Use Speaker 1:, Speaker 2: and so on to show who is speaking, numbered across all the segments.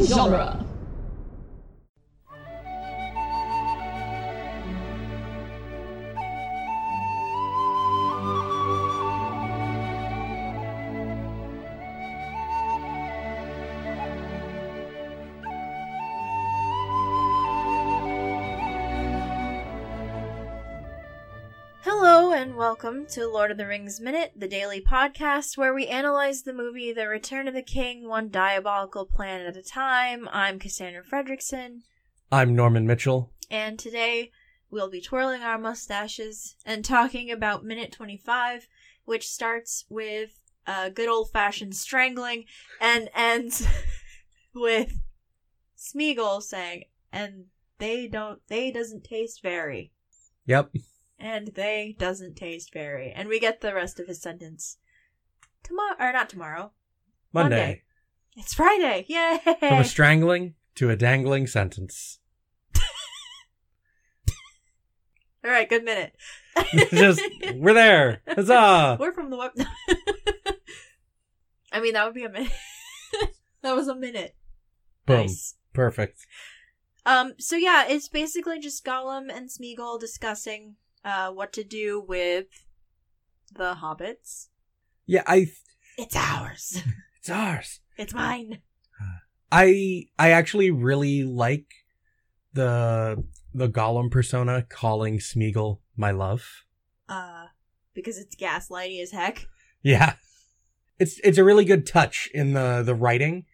Speaker 1: genre.
Speaker 2: Hello and welcome to Lord of the Rings Minute, the daily podcast where we analyze the movie The Return of the King one diabolical plan at a time. I'm Cassandra Fredrickson,
Speaker 3: I'm Norman Mitchell.
Speaker 2: and today we'll be twirling our mustaches and talking about Minute 25, which starts with a good old fashioned strangling and ends with Smeagol saying, and they don't, they doesn't taste very.
Speaker 3: Yep.
Speaker 2: And they doesn't taste very. And we get the rest of his sentence. Tomorrow, or not tomorrow.
Speaker 3: Monday.
Speaker 2: Monday. It's Friday. Yay!
Speaker 3: From a strangling to a dangling sentence.
Speaker 2: All right, good minute.
Speaker 3: Just we're there. Huzzah.
Speaker 2: We're from the web. I mean, that would be a minute. that was a minute.
Speaker 3: Boom.
Speaker 2: Nice.
Speaker 3: Perfect.
Speaker 2: Um, so yeah, it's basically just Gollum and Smeagol discussing uh, what to do with the hobbits.
Speaker 3: Yeah, I
Speaker 2: It's ours.
Speaker 3: it's ours.
Speaker 2: it's mine.
Speaker 3: I I actually really like the the Gollum persona calling Smeagol my love.
Speaker 2: Uh, because it's gaslighty as heck.
Speaker 3: Yeah. It's it's a really good touch in the the writing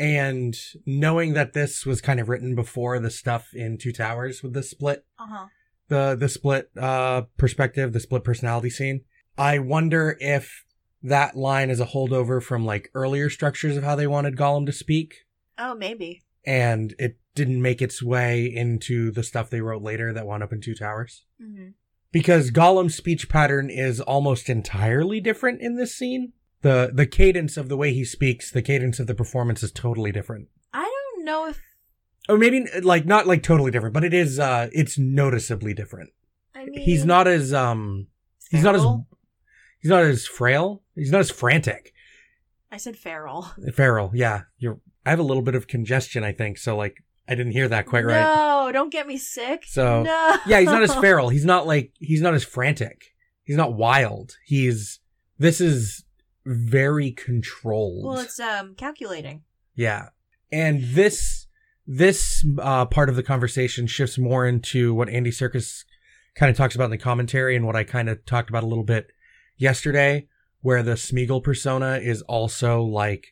Speaker 3: and knowing that this was kind of written before the stuff in Two Towers with the split
Speaker 2: Uh huh.
Speaker 3: the the split uh perspective, the split personality scene. I wonder if that line is a holdover from like earlier structures of how they wanted Gollum to speak
Speaker 2: Oh, maybe.
Speaker 3: and it didn't make its way into the stuff they wrote later that wound up in Two Towers.
Speaker 2: Mm-hmm.
Speaker 3: Because Gollum's speech pattern is almost entirely different in this scene. The the cadence of the way he speaks, the cadence of the performance is totally different.
Speaker 2: I don't know if
Speaker 3: Or maybe like not like totally different, but it is uh it's noticeably different.
Speaker 2: I mean
Speaker 3: He's not as um He's not as
Speaker 2: Mm. feral.
Speaker 3: he's not as frail. He's not as frantic.
Speaker 2: I said feral.
Speaker 3: Feral, yeah. You're. I have a little bit of congestion, I think. So like, I didn't hear that quite right.
Speaker 2: No, don't get me sick.
Speaker 3: So-
Speaker 2: no.
Speaker 3: Yeah, he's not as feral. He's not like he's not as frantic. He's not wild. He's this is very controlled.
Speaker 2: Well, it's um calculating.
Speaker 3: yeah, and this this uh, part of the conversation shifts more into what Andy Circus kind of talks about in the commentary and what I kind of talked about a little bit yesterday, where the Smeagol persona is also like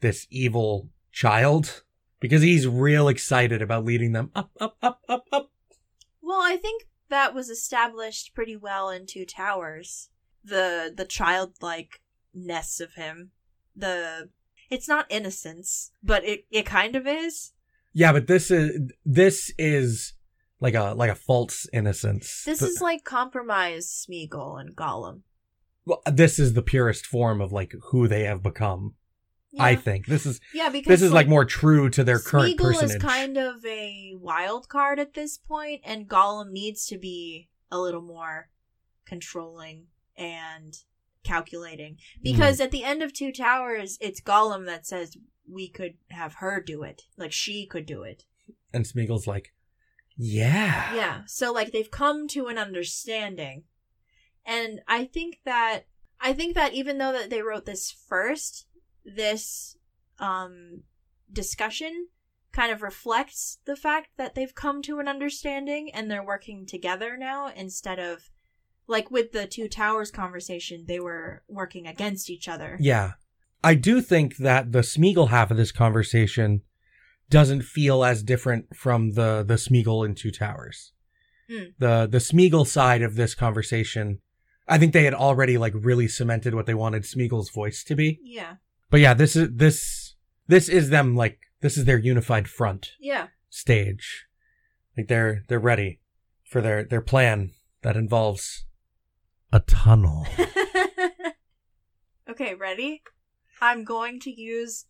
Speaker 3: this evil child because he's real excited about leading them up, up, up, up, up.
Speaker 2: Well, I think that was established pretty well in Two Towers. The the childlike ness of him. The it's not innocence, but it it kind of is.
Speaker 3: Yeah, but this is this is like a like a false innocence.
Speaker 2: This
Speaker 3: The-
Speaker 2: is like compromise Smeagol and Gollum.
Speaker 3: well, this is the purest form of like who they have become.
Speaker 2: Yeah.
Speaker 3: I think this is
Speaker 2: yeah, because
Speaker 3: this is like more true to their current
Speaker 2: Smeagol
Speaker 3: personage.
Speaker 2: is kind of a wild card at this point, and Gollum needs to be a little more controlling and calculating.
Speaker 3: Hmm.
Speaker 2: Because at the end of Two Towers, it's Gollum that says we could have her do it. Like she could do it.
Speaker 3: and Smeagol's like, yeah,
Speaker 2: Yeah. So like they've come to an understanding. And I think that I think that even though that they wrote this first, this um discussion kind of reflects the fact that they've come to an understanding and they're working together now instead of like with the two towers conversation, they were working against each other.
Speaker 3: yeah. I do think that the Smeagol half of this conversation doesn't feel as different from the the Smeagol in Two Towers.
Speaker 2: Hmm.
Speaker 3: The the Smeagol side of this conversation, I think they had already like really cemented what they wanted Smeagol's voice to be.
Speaker 2: Yeah.
Speaker 3: But yeah, this is this this is them like this is their unified front
Speaker 2: Yeah.
Speaker 3: stage. Like they're they're ready for their their plan that involves a tunnel.
Speaker 2: okay, ready? I'm going to use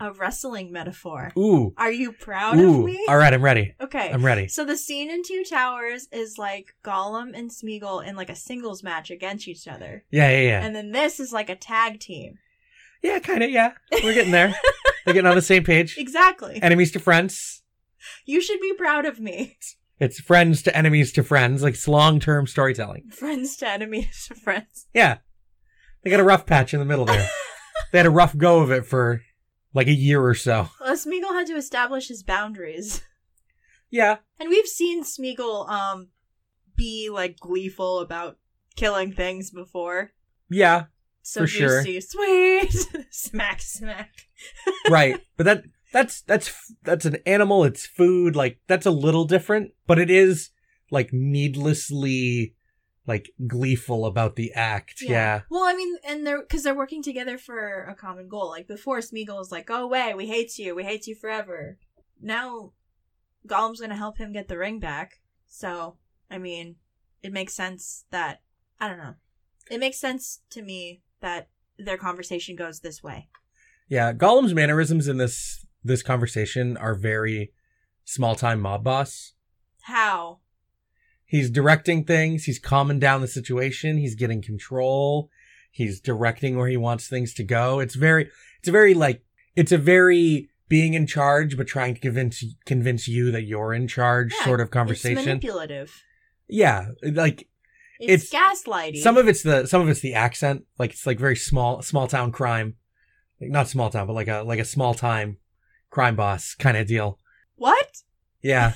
Speaker 2: a wrestling metaphor.
Speaker 3: Ooh.
Speaker 2: Are you proud of
Speaker 3: Ooh.
Speaker 2: me?
Speaker 3: All right, I'm ready.
Speaker 2: Okay.
Speaker 3: I'm ready.
Speaker 2: So the scene in Two Towers is like Gollum and Smeagol in like a singles match against each other.
Speaker 3: Yeah, yeah, yeah.
Speaker 2: And then this is like a tag team.
Speaker 3: yeah, kind of, yeah. We're getting there. They're getting on the same page.
Speaker 2: Exactly.
Speaker 3: Enemies to friends.
Speaker 2: You should be proud of me.
Speaker 3: It's friends to enemies to friends. Like it's long term storytelling.
Speaker 2: Friends to enemies to friends.
Speaker 3: Yeah. They got a rough patch in the middle there. they had a rough go of it for like a year or so.
Speaker 2: Well, Smeagol had to establish his boundaries.
Speaker 3: Yeah.
Speaker 2: And we've seen Smeagol um be like gleeful about killing things before.
Speaker 3: Yeah.
Speaker 2: So
Speaker 3: For sure.
Speaker 2: juicy, sweet, smack, smack.
Speaker 3: right. But that that's that's that's an animal, it's food, like that's a little different, but it is like needlessly like gleeful about the act. Yeah.
Speaker 2: Well, I mean, and they're because they're working together for a common goal. Like before, Smeagol was like, "Go away, we hate you, we hate you forever." Now, Gollum's gonna help him get the ring back. So, I mean, it makes sense that I don't know. It makes sense to me that their conversation goes this way.
Speaker 3: Yeah, Gollum's mannerisms in this this conversation are very small time mob boss.
Speaker 2: How?
Speaker 3: He's directing things, he's calming down the situation, he's getting control, he's directing where he wants things to go. It's very it's a very like it's a very being in charge but trying to convince convince you that you're in charge
Speaker 2: Yeah,
Speaker 3: sort of
Speaker 2: It's
Speaker 3: conversation.
Speaker 2: manipulative.
Speaker 3: Yeah, like
Speaker 2: It's,
Speaker 3: It's-
Speaker 2: gaslighting.
Speaker 3: some of it's the some of it's the accent, like it's like very small small town crime. Like not small town, but like a like a small time crime boss kind of deal.
Speaker 2: what?
Speaker 3: Yeah.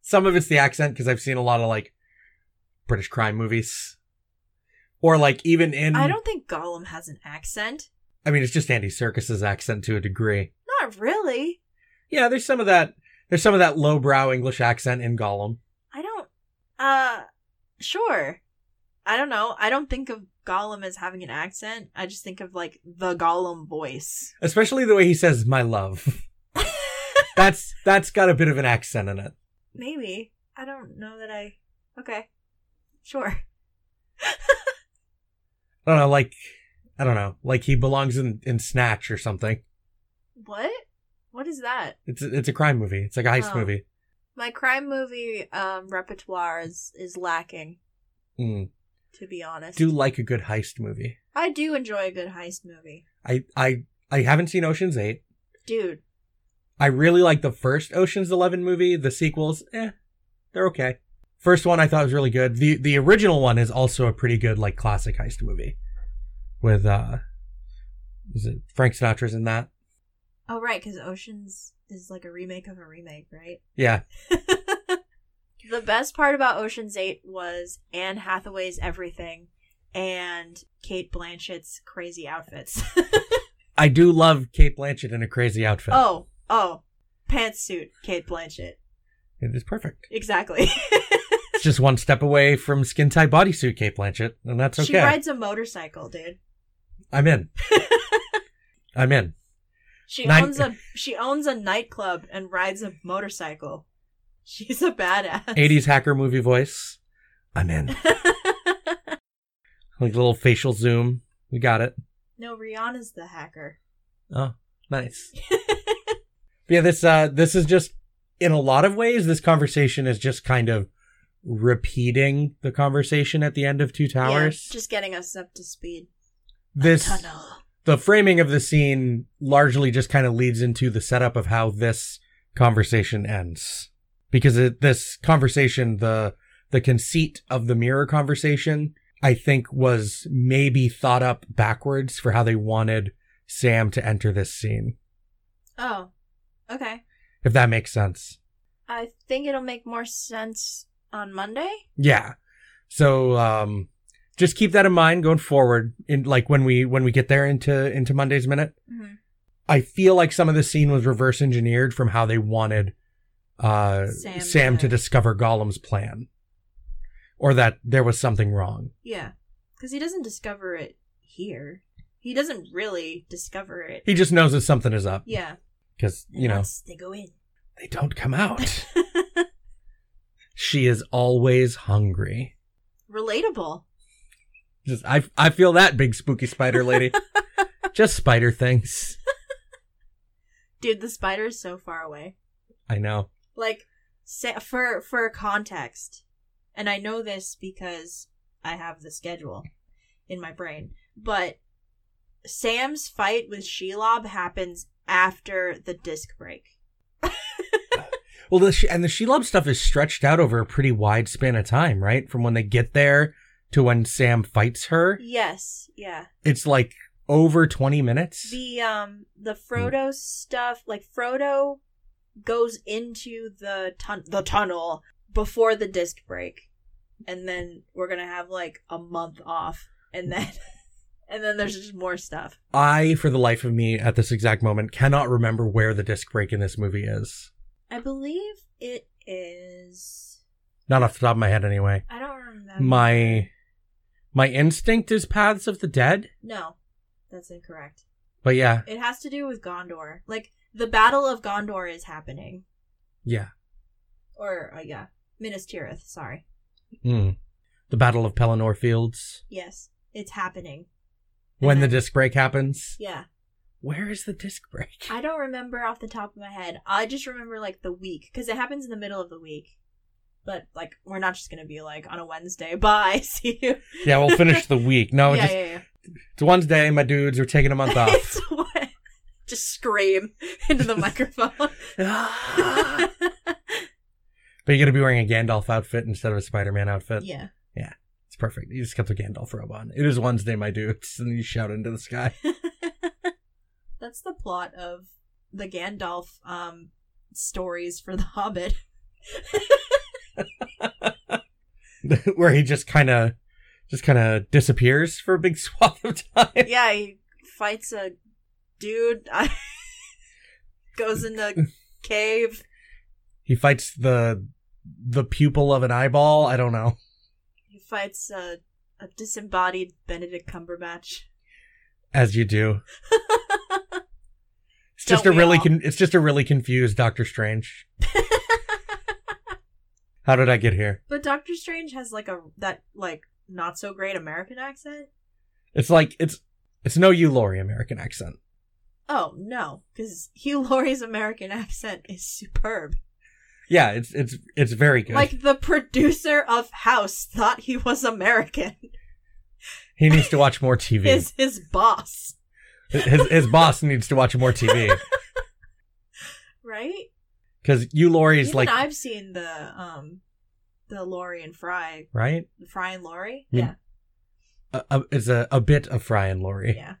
Speaker 3: Some of it's the accent because I've seen a lot of like British crime movies. Or like even in
Speaker 2: I don't think Gollum has an accent.
Speaker 3: I mean it's just Andy Circus's accent to a degree.
Speaker 2: Not really.
Speaker 3: Yeah, there's some of that there's some of that lowbrow English accent in Gollum.
Speaker 2: I don't. Uh, sure. I don't know. I don't think of Gollum as having an accent. I just think of like the Gollum voice.
Speaker 3: Especially the way he says my love. that's that's got a bit of an accent in it.
Speaker 2: Maybe. I don't know that I. Okay. Sure.
Speaker 3: I don't know, like I don't know, like he belongs in, in Snatch or something.
Speaker 2: What? What is that?
Speaker 3: It's a, it's a crime movie. It's like a heist
Speaker 2: Oh.
Speaker 3: movie.
Speaker 2: My crime movie um repertoire is is lacking,
Speaker 3: Mm.
Speaker 2: to be honest.
Speaker 3: Do like a good heist movie.
Speaker 2: I do enjoy a good heist movie,
Speaker 3: I I I haven't seen Ocean's 8.
Speaker 2: dude.
Speaker 3: I really like the first Ocean's Eleven movie. The sequels, eh, they're okay. First one I thought was really good. the The original one is also a pretty good like classic heist movie, with uh, is it Frank Sinatra's in that?
Speaker 2: Oh right, because Oceans is like a remake of a remake, right?
Speaker 3: Yeah,
Speaker 2: the best part about Ocean's Eight was Anne Hathaway's everything and Kate Blanchett's crazy outfits.
Speaker 3: I do love Kate Blanchett in a crazy outfit.
Speaker 2: oh, oh, pantsuit, Kate Blanchett.
Speaker 3: It is perfect.
Speaker 2: Exactly.
Speaker 3: It's just one step away from skin tight bodysuit Kate Blanchett, and that's okay.
Speaker 2: She rides a motorcycle, dude.
Speaker 3: I'm in. I'm in.
Speaker 2: She
Speaker 3: Nine-
Speaker 2: owns a she owns a nightclub and rides a motorcycle. She's a badass.
Speaker 3: 80s hacker movie voice. I'm in. Like little facial zoom. We got it.
Speaker 2: no, Rihanna's the hacker.
Speaker 3: Oh, nice. yeah, this uh this is just in a lot of ways this conversation is just kind of repeating the conversation at the end of Two
Speaker 2: Yeah,
Speaker 3: Towers.
Speaker 2: just getting us up to speed.
Speaker 3: this
Speaker 2: Tunnel.
Speaker 3: the framing of the scene largely just kind of leads into the setup of how this conversation ends. Because it, this conversation, the the conceit of the mirror conversation, I think was maybe thought up backwards for how they wanted Sam to enter this scene,
Speaker 2: Oh, okay.
Speaker 3: if that makes sense.
Speaker 2: I think it'll make more sense on Monday.
Speaker 3: Yeah. So um just keep that in mind going forward in like when we when we get there into into Monday's minute.
Speaker 2: Mm-hmm.
Speaker 3: I feel like some of the scene was reverse engineered from how they wanted uh
Speaker 2: Sam
Speaker 3: Sam,
Speaker 2: to-
Speaker 3: to discover Gollum's plan. Or that there was something wrong.
Speaker 2: Yeah, because he doesn't discover it here. He doesn't really discover it.
Speaker 3: He just knows that something is up
Speaker 2: Yeah,
Speaker 3: because,
Speaker 2: and
Speaker 3: you know,
Speaker 2: once they go in.
Speaker 3: they don't come out. she is always hungry.
Speaker 2: Relatable.
Speaker 3: Just I I feel that big spooky spider lady. just spider things.
Speaker 2: Dude, the spider is so far away.
Speaker 3: I know.
Speaker 2: Like, say, for for context, and I know this because I have the schedule in my brain. But Sam's fight with Shelob happens after the disc break.
Speaker 3: Well, the she- and the she love stuff is stretched out over a pretty wide span of time, right? From when they get there to when Sam fights her,
Speaker 2: Yes, yeah.
Speaker 3: it's like over twenty minutes.
Speaker 2: The um
Speaker 3: Hmm.
Speaker 2: the Frodo stuff, like Frodo goes into the tun- the tunnel before the disc break. And then we're going to have like a month off and then and then there's just more stuff.
Speaker 3: I, for the life of me, at this exact moment, cannot remember where the disc break in this movie is.
Speaker 2: I believe it is
Speaker 3: Not off the top of my head, anyway.
Speaker 2: I don't remember.
Speaker 3: Um, My my instinct is Paths of the Dead,
Speaker 2: No. That's incorrect.
Speaker 3: but yeah,
Speaker 2: It has to do with Gondor. Like the Battle of Gondor is happening,
Speaker 3: yeah.
Speaker 2: or uh, yeah, Minas Tirith. Sorry,
Speaker 3: Mm. The Battle of Pelennor Fields.
Speaker 2: yes, it's happening. And
Speaker 3: When the
Speaker 2: then-
Speaker 3: disc break happens,
Speaker 2: yeah,
Speaker 3: where is the disc break?
Speaker 2: I don't remember off the top of my head. I just remember like the week because it happens in the middle of the week. But like, we're not just gonna be like on a Wednesday. Bye, see you.
Speaker 3: yeah, we'll finish the week. No,
Speaker 2: yeah,
Speaker 3: just,
Speaker 2: yeah, yeah.
Speaker 3: it's Wednesday. My dudes are taking a month off.
Speaker 2: It's what- just scream into the microphone.
Speaker 3: but you got to be wearing a Gandalf outfit instead of a Spider-Man outfit.
Speaker 2: yeah.
Speaker 3: It's perfect. You just kept the Gandalf robe on. It is Wednesday, my dudes, and you shout into the sky.
Speaker 2: That's the plot of the Gandalf um, stories for The Hobbit.
Speaker 3: where he just kind of just kind of disappears for a big swath of time.
Speaker 2: yeah, he fights a dude, goes in the cave.
Speaker 3: He fights the the pupil of an eyeball. I don't know.
Speaker 2: He fights a, a disembodied Benedict Cumberbatch.
Speaker 3: As you do. It's just
Speaker 2: Don't
Speaker 3: a
Speaker 2: we
Speaker 3: really
Speaker 2: all?
Speaker 3: con- it's just a really confused Doctor Strange. How did I get here?
Speaker 2: But Doctor Strange has like a that like not so great American accent.
Speaker 3: It's like it's it's no you Laurie American accent.
Speaker 2: Oh no, because Hugh Laurie's American accent is superb.
Speaker 3: Yeah, it's it's it's very good.
Speaker 2: Like the producer of House thought he was American.
Speaker 3: he needs to watch more TV.
Speaker 2: Is his boss
Speaker 3: his his boss needs to watch more TV
Speaker 2: right?
Speaker 3: because you Laurie's
Speaker 2: Even
Speaker 3: like
Speaker 2: I've seen the um, the Laurie and Fry,
Speaker 3: right.
Speaker 2: Fry and Laurie.
Speaker 3: You-
Speaker 2: Yeah,
Speaker 3: A, a, is a, a bit of Fry and Laurie.
Speaker 2: yeah.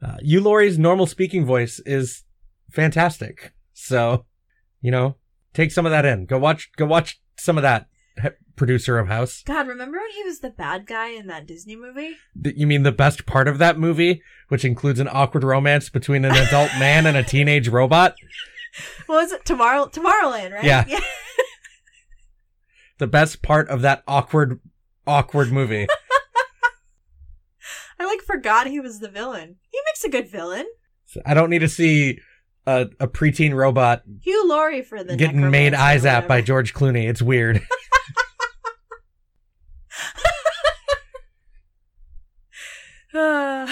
Speaker 3: Uh, you Laurie's normal speaking voice is fantastic. So, you know, take some of that in. Go watch. Go watch some of that. he- Producer of House.
Speaker 2: God, remember when he was the bad guy in that Disney movie?
Speaker 3: Th- You mean the best part of that movie, which includes an awkward romance between an adult man and a teenage robot?
Speaker 2: What was it? Tomorrow, Tomorrowland, right?
Speaker 3: Yeah. The best part of that awkward, awkward movie.
Speaker 2: I like forgot he was the villain. He makes a good villain.
Speaker 3: So I don't need to see a, a preteen robot
Speaker 2: Hugh Laurie for the
Speaker 3: getting made
Speaker 2: necromancer or
Speaker 3: eyes at by
Speaker 2: whatever.
Speaker 3: George Clooney. It's weird. For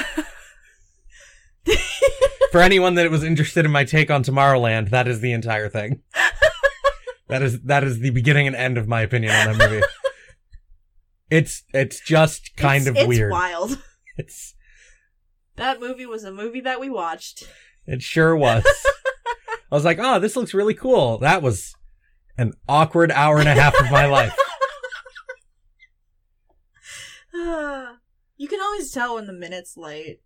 Speaker 3: anyone that was interested in my take on Tomorrowland, that is the entire thing. that is that is the beginning and end of my opinion on that movie. It's it's just kind
Speaker 2: It's-
Speaker 3: of
Speaker 2: it's
Speaker 3: weird.
Speaker 2: wild.
Speaker 3: It's
Speaker 2: That movie was a movie that we watched.
Speaker 3: it sure was. I was like, oh, this looks really cool. That was an awkward hour and a half of my life.
Speaker 2: you can always tell when the minute's late.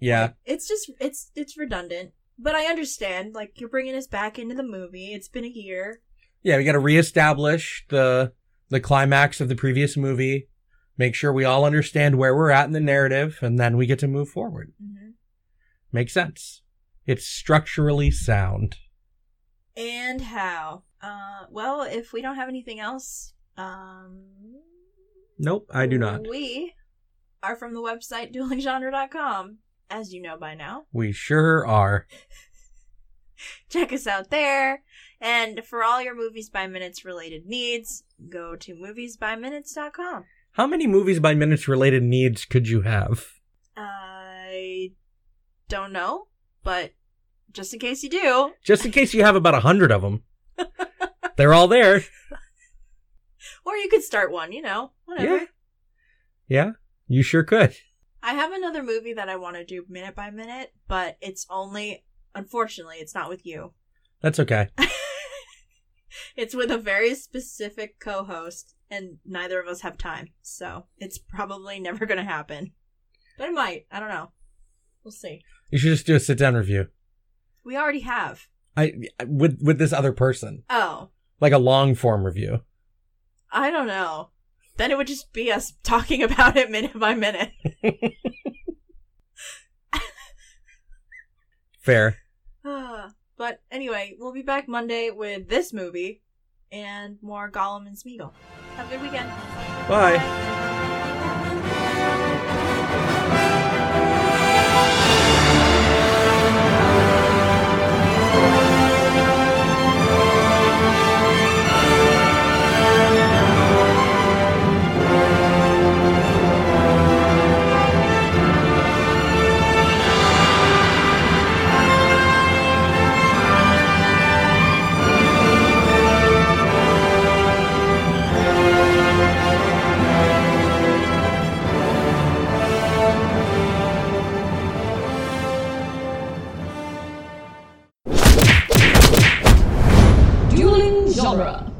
Speaker 3: Yeah.
Speaker 2: Like, it's just it's it's redundant. But I understand. Like you're bringing us back into the movie. It's been a year.
Speaker 3: Yeah, we got to reestablish the the climax of the previous movie, make sure we all understand where we're at in the narrative, and then we get to move forward. Makes sense. It's structurally sound.
Speaker 2: And how? Uh, well, if we don't have anything else, um,
Speaker 3: Nope, I do not.
Speaker 2: We are from the website duelinggenre.com, as you know by now.
Speaker 3: We sure are.
Speaker 2: check us out there. And for all your movies by minutes related needs, go to moviesbyminutes.com.
Speaker 3: How many movies by minutes related needs could you have?
Speaker 2: I don't know, but just in case you do,
Speaker 3: Just in case you have about a hundred of them, they're all there.
Speaker 2: or you could start one, you know, whatever.
Speaker 3: Yeah. Yeah, you sure could.
Speaker 2: I have another movie that I want to do minute by minute, but it's only Unfortunately, it's not with you.
Speaker 3: That's okay.
Speaker 2: It's with a very specific co-host, and neither of us have time, so it's probably never going to happen. But it might. I don't know. We'll see.
Speaker 3: You should just do a sit down review.
Speaker 2: We already have.
Speaker 3: I with with this other person,
Speaker 2: Oh,
Speaker 3: like a long form review.
Speaker 2: I don't know. Then it would just be us talking about it minute by minute.
Speaker 3: Fair.
Speaker 2: Ah, but anyway, we'll be back Monday with this movie and more Gollum and Smeagol. Have a good weekend.
Speaker 3: Bye.
Speaker 1: Dueling genre.